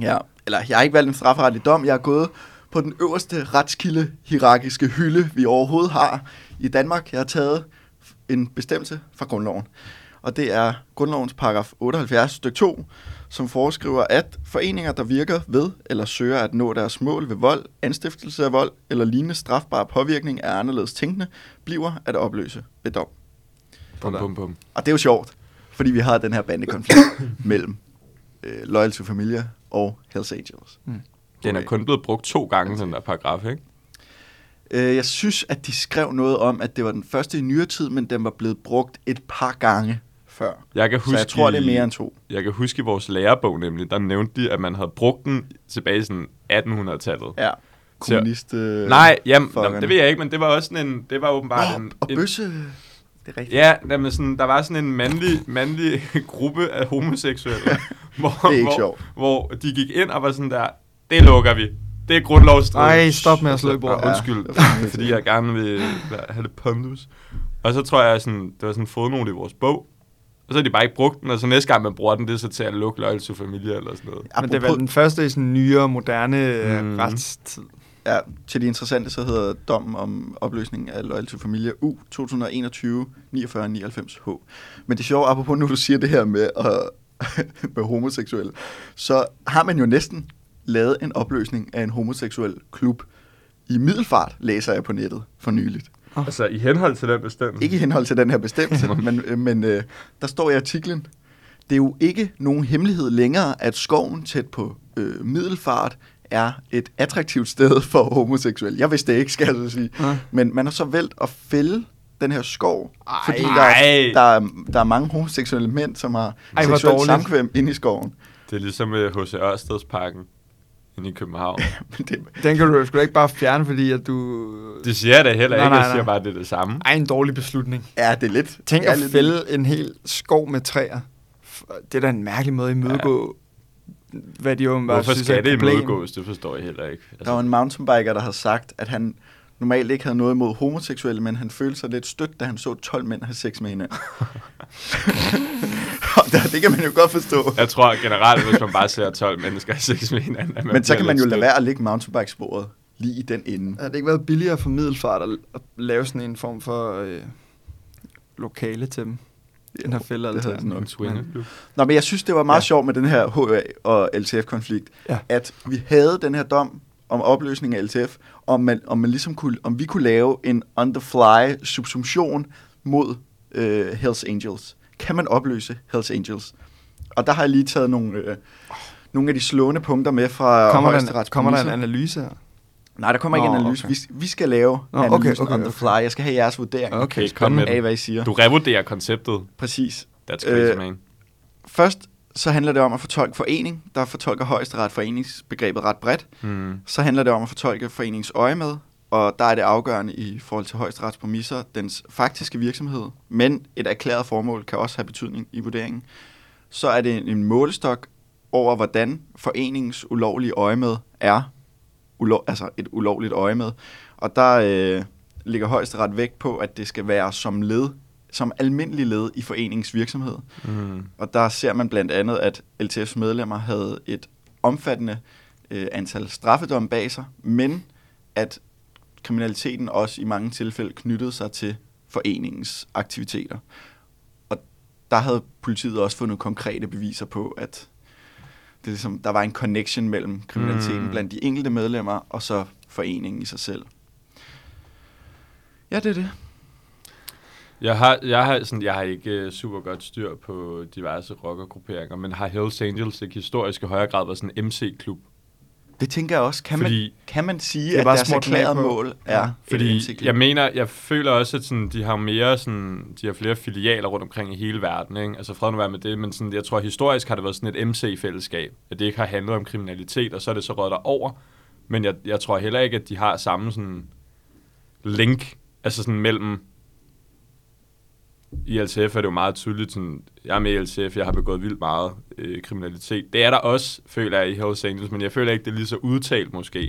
Ja, eller jeg har ikke valgt en strafferetlig dom. Jeg er gået på den øverste retskilde hierarkiske hylde, vi overhovedet har i Danmark. Jeg har taget en bestemmelse fra grundloven. Og det er grundlovens paragraf 78 stykke 2, som foreskriver, at foreninger, der virker ved eller søger at nå deres mål ved vold, anstiftelse af vold eller lignende strafbar påvirkning af anderledes tænkende, bliver at opløse ved dom. Bum, bum, bum. Og det er jo sjovt, fordi vi har den her bandekonflikt mellem øh, Loyal to Familia og Hells Angels. Den er kun blevet brugt to gange, den der paragraf, ikke? Øh, jeg synes, at de skrev noget om, at det var den første i nyere tid, men den var blevet brugt et par gange før. Jeg kan Så huske, jeg tror, i- det er mere end to. Jeg kan huske i vores lærebog nemlig, der nævnte de, at man havde brugt den tilbage i sådan 1800-tallet. Ja. Kommunist... Øh, Nej, jamen, fuckerne. jamen, det ved jeg ikke, men det var også sådan en, det var åbenbart en, Nå, og en, bøsse... Det er rigtigt. Ja, jamen sådan, der var sådan en mandlig, mandlig gruppe af homoseksuelle, hvor, Det er ikke hvor, sjovt. hvor de gik ind og var sådan der, det lukker vi. Det er grundlovsstridigt. Ej, stop med at slå i bordet. Ja, undskyld, Ja, det var fandme fordi jeg gerne vil være- have lidt pondus. Og så tror jeg, sådan, det var sådan en fodnote i vores bog. Og så har de bare ikke brugt den, og så næste gang man bruger den, det er så til at lukke Loyal to Familia eller sådan noget. Men det er vel den første i sådan nyere, moderne Mhm. mm. retstid. Ja, til de interessante, så hedder dommen om opløsningen af Loyal to Familia U 2021 4999H. Men det sjove, apropos nu du siger det her med, øh, med homoseksuelle, så har man jo næsten lavet en opløsning af en homoseksuel klub i middelfart, læser jeg på nettet for nyligt. Altså i henhold til den bestemmelse. Ikke i henhold til den her bestemmelse, men, øh, men øh, der står i artiklen, det er jo ikke nogen hemmelighed længere, at skoven tæt på øh, Middelfart er et attraktivt sted for homoseksuelle. Jeg vidste det ikke, skal jeg så sige. Ja. Men man har så valgt at fælde den her skov, Ej. fordi der, er- Ej. der, er, der er mange homoseksuelle mænd, som har hvor Ej, seksuelt dårligt. samkvem inde i skoven. Det er ligesom med H.C. Ørstedsparken inde i København. Men det, Den kan du sgu da ikke bare fjerne, fordi at du... Det siger jeg da heller Nej, ikke, nej, jeg siger nej. bare, at det er det samme. Ej, en dårlig beslutning. ja, det er lidt... Tænk det er at lidt- fælde en hel skov med træer. F- Det er da en mærkelig måde at imødegå, ja. hvad de åbenbart Hvorfor synes skal er det et problem. imødegås? Det forstår jeg heller ikke. Altså, Der var en mountainbiker, der havde sagt, at han normalt ikke havde noget imod homoseksuelle, men han følte sig lidt stødt, da han så 12 mænd have sex med hinanden. Og der- det kan man jo godt forstå. Jeg tror generelt, hvis man bare ser 12 mennesker i sex med hinanden, at man Men så bliver kan man jo lidt lade stødt. være at lægge mountainbikesporet lige i den ende. Har det ikke været billigere for Middelfart at, at lave sådan en form for øh, lokale til dem? Den her fælde det havde sådan En noget. swingerklub. Nå, men jeg synes, det var meget Ja. ja. sjovt med den her HA og LTF-konflikt, Ja. at vi havde den her dom om opløsning af LTF, om, man, om, man ligesom kunne, om vi kunne lave en on-the-fly subsumption mod øh, Hells Angels. Kan man opløse Hells Angels? Og der har jeg lige taget nogle, øh, nogle af de slående punkter med fra Kommer, der en, højesterets kommer der en præmisser. analyse her? Nej, der kommer ikke en Nå, analyse. okay. Okay. Vi, vi skal lave Nå, okay, analysen okay, on the okay. fly. Jeg skal have jeres vurdering Okay, Okay, kom med af, den. hvad I siger. Du revurderer konceptet. Præcis. That's crazy, Øh, man. Først så handler det om at fortolke forening. Der fortolker højesteret foreningsbegrebet ret bredt. Hmm. Så handler det om at fortolke foreningens øje med, og der er det afgørende i forhold til højesterets præmisser, dens faktiske virksomhed, men et erklæret formål kan også have betydning i vurderingen. Så er det en- en målestok over, hvordan foreningens ulovlige øje med er ulo- altså et ulovligt øje med. Og der øh, ligger højesteret vægt på, at det skal være som led, som almindelig led i foreningens virksomhed. Mm. Og der ser man blandt andet, at LTF's medlemmer havde et omfattende øh, antal straffedomme bag sig, men at kriminaliteten også i mange tilfælde knyttede sig til foreningens aktiviteter. Og der havde politiet også fundet konkrete beviser på, at det er ligesom, der var en connection mellem kriminaliteten Mm. mm. blandt de enkelte medlemmer og så foreningen i sig selv. Ja, det er det. Jeg har, jeg, har, sådan, jeg har ikke øh, super godt styr på diverse rockergrupperinger, men har Hells Angels ikke historisk i højere grad været sådan en MC-klub? Det tænker jeg også. Kan, man, Fordi- kan man sige, er at bare deres smurt den af erklærede på- mål Ja, er et Fordi indsigtsliv? jeg mener, jeg føler også, at sådan, de har mere sådan, de har flere filialer rundt omkring i hele verden. Ikke? Altså fred nu være med det, men sådan, jeg tror historisk har det været sådan et MC-fællesskab, at det ikke har handlet om kriminalitet, og så er det så rødt over. Men jeg, jeg tror heller ikke, at de har samme sådan link, altså sådan mellem i LTF er det jo meget tydeligt, sådan, jeg er med i LTF, jeg har begået vildt meget øh, kriminalitet. Det er der også, føler jeg, i Hells Angels, men jeg føler ikke, det er lige så udtalt måske. Det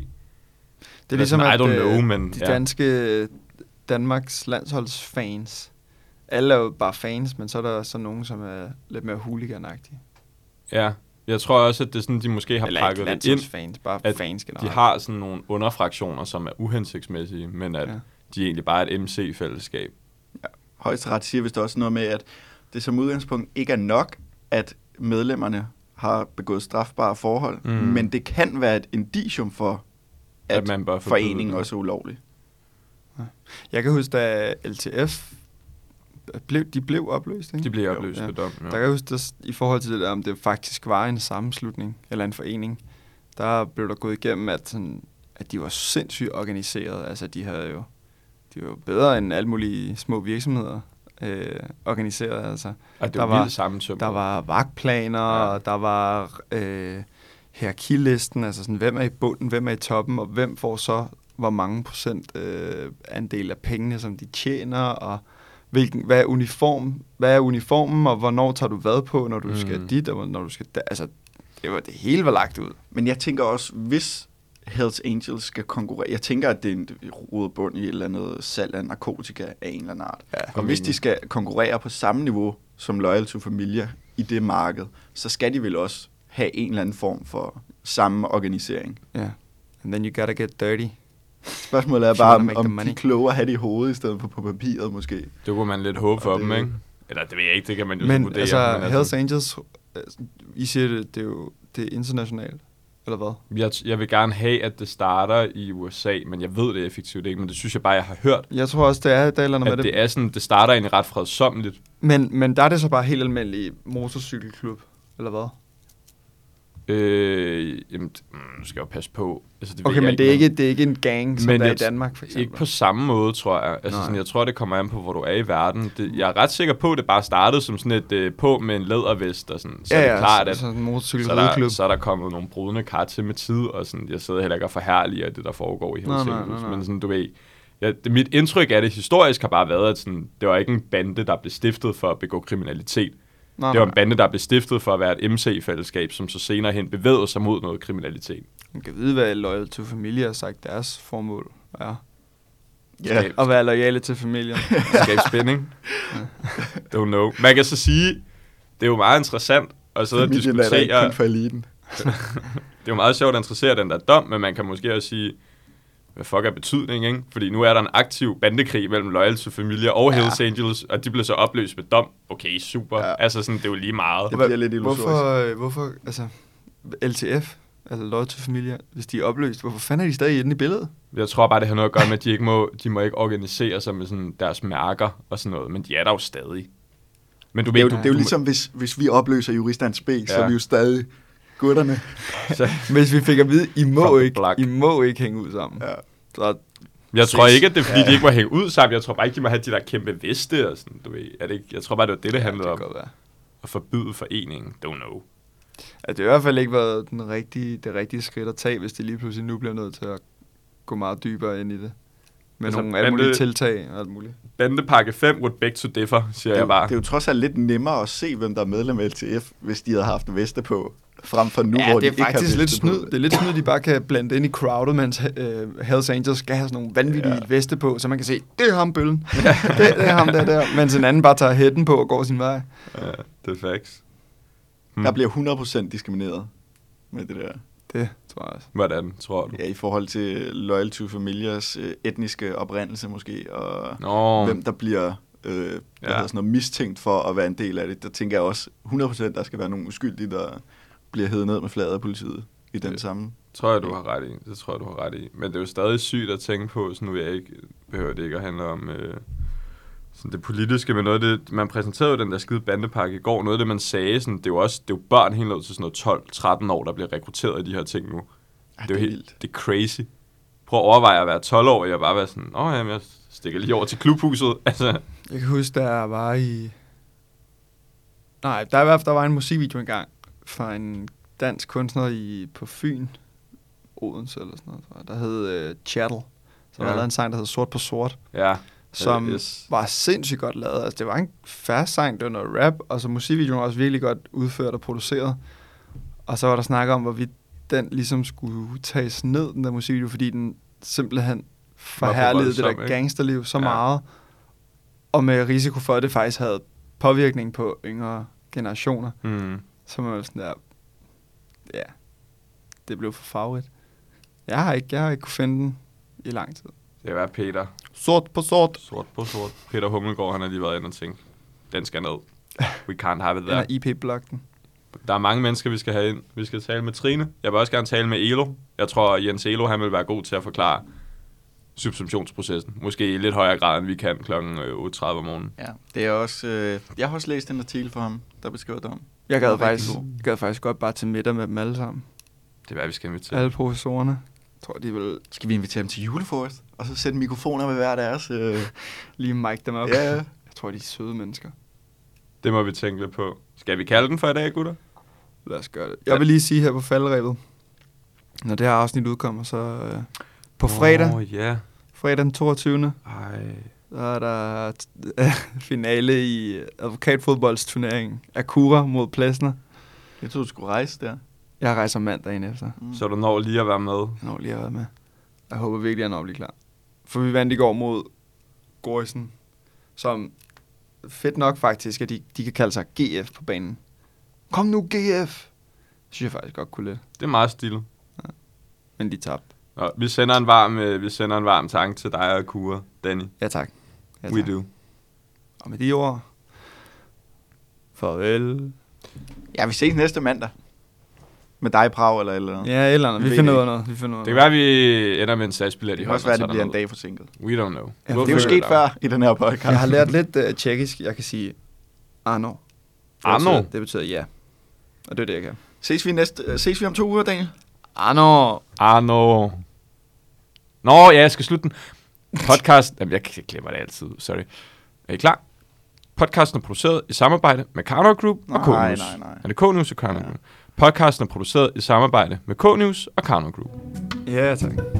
er ligesom, sådan, I don't at øh, know, men de ja. danske Danmarks landsholdsfans, alle er jo bare fans, men så er der så nogen, som er lidt mere huliganagtige. Ja, jeg tror også, at det er sådan, de måske har Eller ikke pakket det ind. landsholdsfans, bare at fans generelt. De har sådan nogle underfraktioner, som er uhensigtsmæssige, men at Ja. ja. de egentlig bare er et MC-fællesskab. højesteret siger vist også noget med, at det som udgangspunkt ikke er nok, at medlemmerne har begået strafbare forhold, Mm. mm. men det kan være et indicium for, at, At man bør forbyde foreningen det. også er ulovlig. Jeg kan huske, da LTF øh, blev, de blev opløst, ikke? De bliver opløst ja. ved dom. Der Ja. kan jeg huske, der, i forhold til det der, om det faktisk var en sammenslutning eller en forening, der blev der gået igennem, at, sådan, at de var sindssygt organiseret. Altså, de havde jo de var jo bedre end alle mulige små virksomheder øh, organiseret. Altså, Og det der er var- vildt sammentømt. der var vagtplaner, Ja. ja. der var øh, hierarkilisten, altså sådan, hvem er i bunden, hvem er i toppen, og hvem får så hvor mange procent øh, andel af pengene, som de tjener, og hvilken, hvad, er uniform, hvad er uniformen, og hvornår tager du hvad på, når du mm. Mm. skal dit, og når du skal da, altså, det, var, det hele var lagt ud. Men jeg tænker også, hvis Hells Angels skal konkurrere, jeg tænker, at det er en rodet bund i et eller andet salg af narkotika af en eller anden art. Ja, Og hvis de skal konkurrere på samme niveau som Loyal to Familia i det marked, så skal de vel også have en eller anden form for samme organisering. Ja. And then you gotta get dirty. Spørgsmålet er If you bare, wanna make the om, om de money. er kloge at have det i hovedet, i stedet for på papiret måske. Det kunne man lidt håbe for Og dem, det- ikke? Eller det ved jeg ikke, det kan man jo så Men vurdere. altså, Hells Angels, øh, I siger det, det er jo det er internationalt, eller hvad? jeg, t- jeg vil gerne have, at det starter i USA, men jeg ved det effektivt ikke, men det synes jeg bare, jeg har hørt, Jeg tror også, det er, der er et eller andet med at det. det er sådan, det starter egentlig ret fredsomligt. Men, men der er det så bare helt almindelig motorcykelklub, eller hvad? Øh, jamen, t- mm, nu skal jeg jo passe på. Altså, det ved Okay, jeg men det er, noget ikke, det er ikke en gang, som Men der er i jeg t- Danmark, for Ikke eksempel. på samme måde, tror jeg. Altså, Nej. sådan, jeg tror, det kommer an på, hvor du er i verden. Det, jeg er ret sikker på, at det bare startede som sådan et øh, på med en lædervest, og sådan. Så er det klart, så, at så en så er, der, motorcykelklub. så er der kommet nogle brudende kar til med tid, og sådan, jeg sidder heller ikke og forherliger det, der foregår i Nej, Hells nej, Angels, nej, nej. men sådan, du ved, ja, det, mit indtryk af det historisk har bare været, at sådan, det var ikke en bande, der blev stiftet for at begå kriminalitet. Nej, det var en nej. bande, der blev stiftet for at være et MC-fællesskab, som så senere hen bevægede sig mod noget kriminalitet. Man kan vide, hvad Loyal to Familie har sagt deres formål er. Ja. Skab, At være lojale til familien. skab spænding. Don't know. Man kan så sige, det er jo meget interessant at sidde og Familien er der ikke diskutere... kun for eliten. Det er jo meget sjovt at interessere den der dom, men man kan måske også sige, hvad fuck er betydning, ikke? Fordi nu er der en aktiv bandekrig mellem Loyal to Familia og ja. Hells Angels, og de blev så opløst med dom. Okay, super. Ja. Ja. Altså sådan, det er jo lige meget. Det bliver lidt illusorisk. hvorfor, hvorfor, altså, LTF, altså Loyal to Familie, hvis de er opløst, hvorfor fanden er de stadig inde i billedet? Jeg tror bare, det har noget at gøre med, at de ikke må, de må ikke organisere sig med sådan deres mærker og sådan noget, men de er der jo stadig. Men du Det er, jo, ved, det er jo ligesom, hvis, hvis vi opløser juristens B, ja. så Ja. er vi jo stadig gutterne. Så, Hvis vi fik at vide, I må, Fucking ikke, blak. I må ikke hænge ud sammen. Ja. Så jeg tror ikke, at det er, fordi ja. de ikke må hænge ud sammen. Jeg tror bare ikke, de må have de der kæmpe veste og sådan, du ved. Er det ikke? Jeg tror bare, det var det, det det handlede kan om. godt være. At forbyde foreningen. Don't know. At det har i hvert fald ikke været den rigtige, det rigtige skridt at tage, hvis det lige pludselig nu bliver nødt til at gå meget dybere ind i det. Med Altså, altså, nogle alle bande- mulige tiltag og alt muligt. Bandepakke 5 would beg to differ, siger Det, er jeg jo, bare. det er jo trods alt lidt nemmere at se, hvem der er medlem af LTF, hvis de havde haft en veste på, frem for nu, ja, hvor det er de ikke har faktisk lidt veste på. snyd. Det er lidt snyd, de bare kan blande det ind i crowdet, mens øh, Hells Angels skal have sådan nogle vanvittige ja. veste på, så man kan se, det er ham bøllen, det, det er ham der der, mens en anden bare tager hætten på og går sin vej. Ja, det er facts. Hmm. Der bliver 100% diskrimineret med det der. Det tror jeg også. Hvordan, tror du? Ja, i forhold til Loyal to Familias øh, etniske oprindelse måske, og Nå, hvem der bliver øh, hvad hedder sådan noget, mistænkt for at være en del af det. Der tænker jeg også 100% der skal være nogle uskyldige, der bliver hævet ned med flader af politiet i den Det- samme. tror jeg, du har ret i. Det tror jeg, du har ret i. Men det er jo stadig sygt at tænke på, så nu vil jeg ikke, behøver det ikke at handle om øh, sådan det politiske, men noget af det, man præsenterede jo den der skide bandepakke i går, noget af det, man sagde, sådan, det er jo også det er jo børn helt ned til sådan noget 12-13 år, der bliver rekrutteret i de her ting nu. Ej, det er jo helt, det er crazy. Prøv at overveje at være 12 år, og jeg bare være sådan, åh, jamen, jeg stikker lige over til klubhuset. Altså, Jeg kan huske, der var i... Nej, der, var, der var en musikvideo engang fra en dansk kunstner i, på Fyn, Odense eller sådan noget, tror jeg, der hed øh, Chattel. Så ja. Ja. der lavede en sang, der hed Sort på Sort, ja. som Øh, yes. var sindssygt godt lavet. Altså, det var en færre sang, det var noget rap, og så musikvideoen var også virkelig godt udført og produceret. Og så var der snak om, hvorvidt den ligesom skulle tages ned, den der musikvideo, fordi den simpelthen forhærligede det voldsom, der ikke? gangsterliv så Ja. ja. meget, og med risiko for, at det faktisk havde påvirkning på yngre generationer, Mm. så var man sådan der, ja, det blev for farvet. Jeg har ikke, jeg har ikke kunne finde den i lang tid. Det var Peter. Sort på sort. Sort på sort. Peter Hummelgaard, han har lige været inde og tænkt, den skal ned. We can't have it Den er there. IP-blokken. Der er mange mennesker, vi skal have ind. Vi skal tale med Trine. Jeg vil også gerne tale med Elo. Jeg tror, Jens Elo, han vil være god til at forklare subsumptionsprocessen. Måske i lidt højere grad, end vi kan kl. 8.30 om morgenen. Ja, det er også... Øh, jeg har også læst en artikel for ham, der beskriver det om. Jeg gad, Den var rigtig faktisk, gad faktisk godt bare til middag med dem alle sammen. Det er, hvad vi skal invitere. Alle professorerne. Jeg tror, de vil Skal vi invitere dem til julefrokost? Og så sætte mikrofoner ved hver deres... Øh, lige mic dem op. Ja, ja. Jeg tror, de er søde mennesker. Det må vi tænke lidt på. Skal vi kalde den for i dag, gutter? Lad os gøre det. Jeg vil lige sige her på faldrebet, når det her afsnit udkommer, så øh, på fredag, Åh, oh, ja. fredag den 22. Ej. Der er der t- finale i advokatfodboldsturneringen. Akura mod Plæsner. jeg troede, du skulle rejse der. Jeg rejser mandagen efter. Mm. Så du når lige at være med. Jeg når lige at være med. Jeg håber virkelig, at jeg når at blive klar. For vi vandt i går mod Gorisen, som fedt nok faktisk, at de, de kan kalde sig GF på banen. Kom nu, GF! Det synes jeg faktisk godt kunne lidt, Det er meget stille. men de tabte. Nå, vi sender en varm, øh, vi sender en varm tanke til dig og Kure, Danny. Ja tak. Ja, We do. Og med de ord, farvel. Ja, vi ses næste mandag. Med dig i Prag eller et eller andet. Ja, et eller andet. Vi Vi ved finder det ud af noget. Vi finder ud af Det kan være, at vi ender med en sagsbillet i Det kan hånden også være, og at det tager bliver en derned. dag forsinket. We don't know. Ja, Det er jo Hvorfor? sket før i den her podcast. øh, Jeg har lært lidt uh, tjekkisk. Jeg kan sige Arno. Det Arno? betyder- Det betyder ja. Og det er det, jeg kan. Ses vi, næste, øh, ses vi om to uger, Daniel? Arno! Ah, no. Nå, ja, jeg skal slutte den. Podcast... Jamen, jeg, jeg glemmer det altid. Sorry. Er I klar? Podcasten er produceret i samarbejde med Karnov Group og Nej, K-News. nej, nej. Er det K-News og Karnov Group? Podcasten er produceret i samarbejde med K-News og Karnov Group. Ja, tak.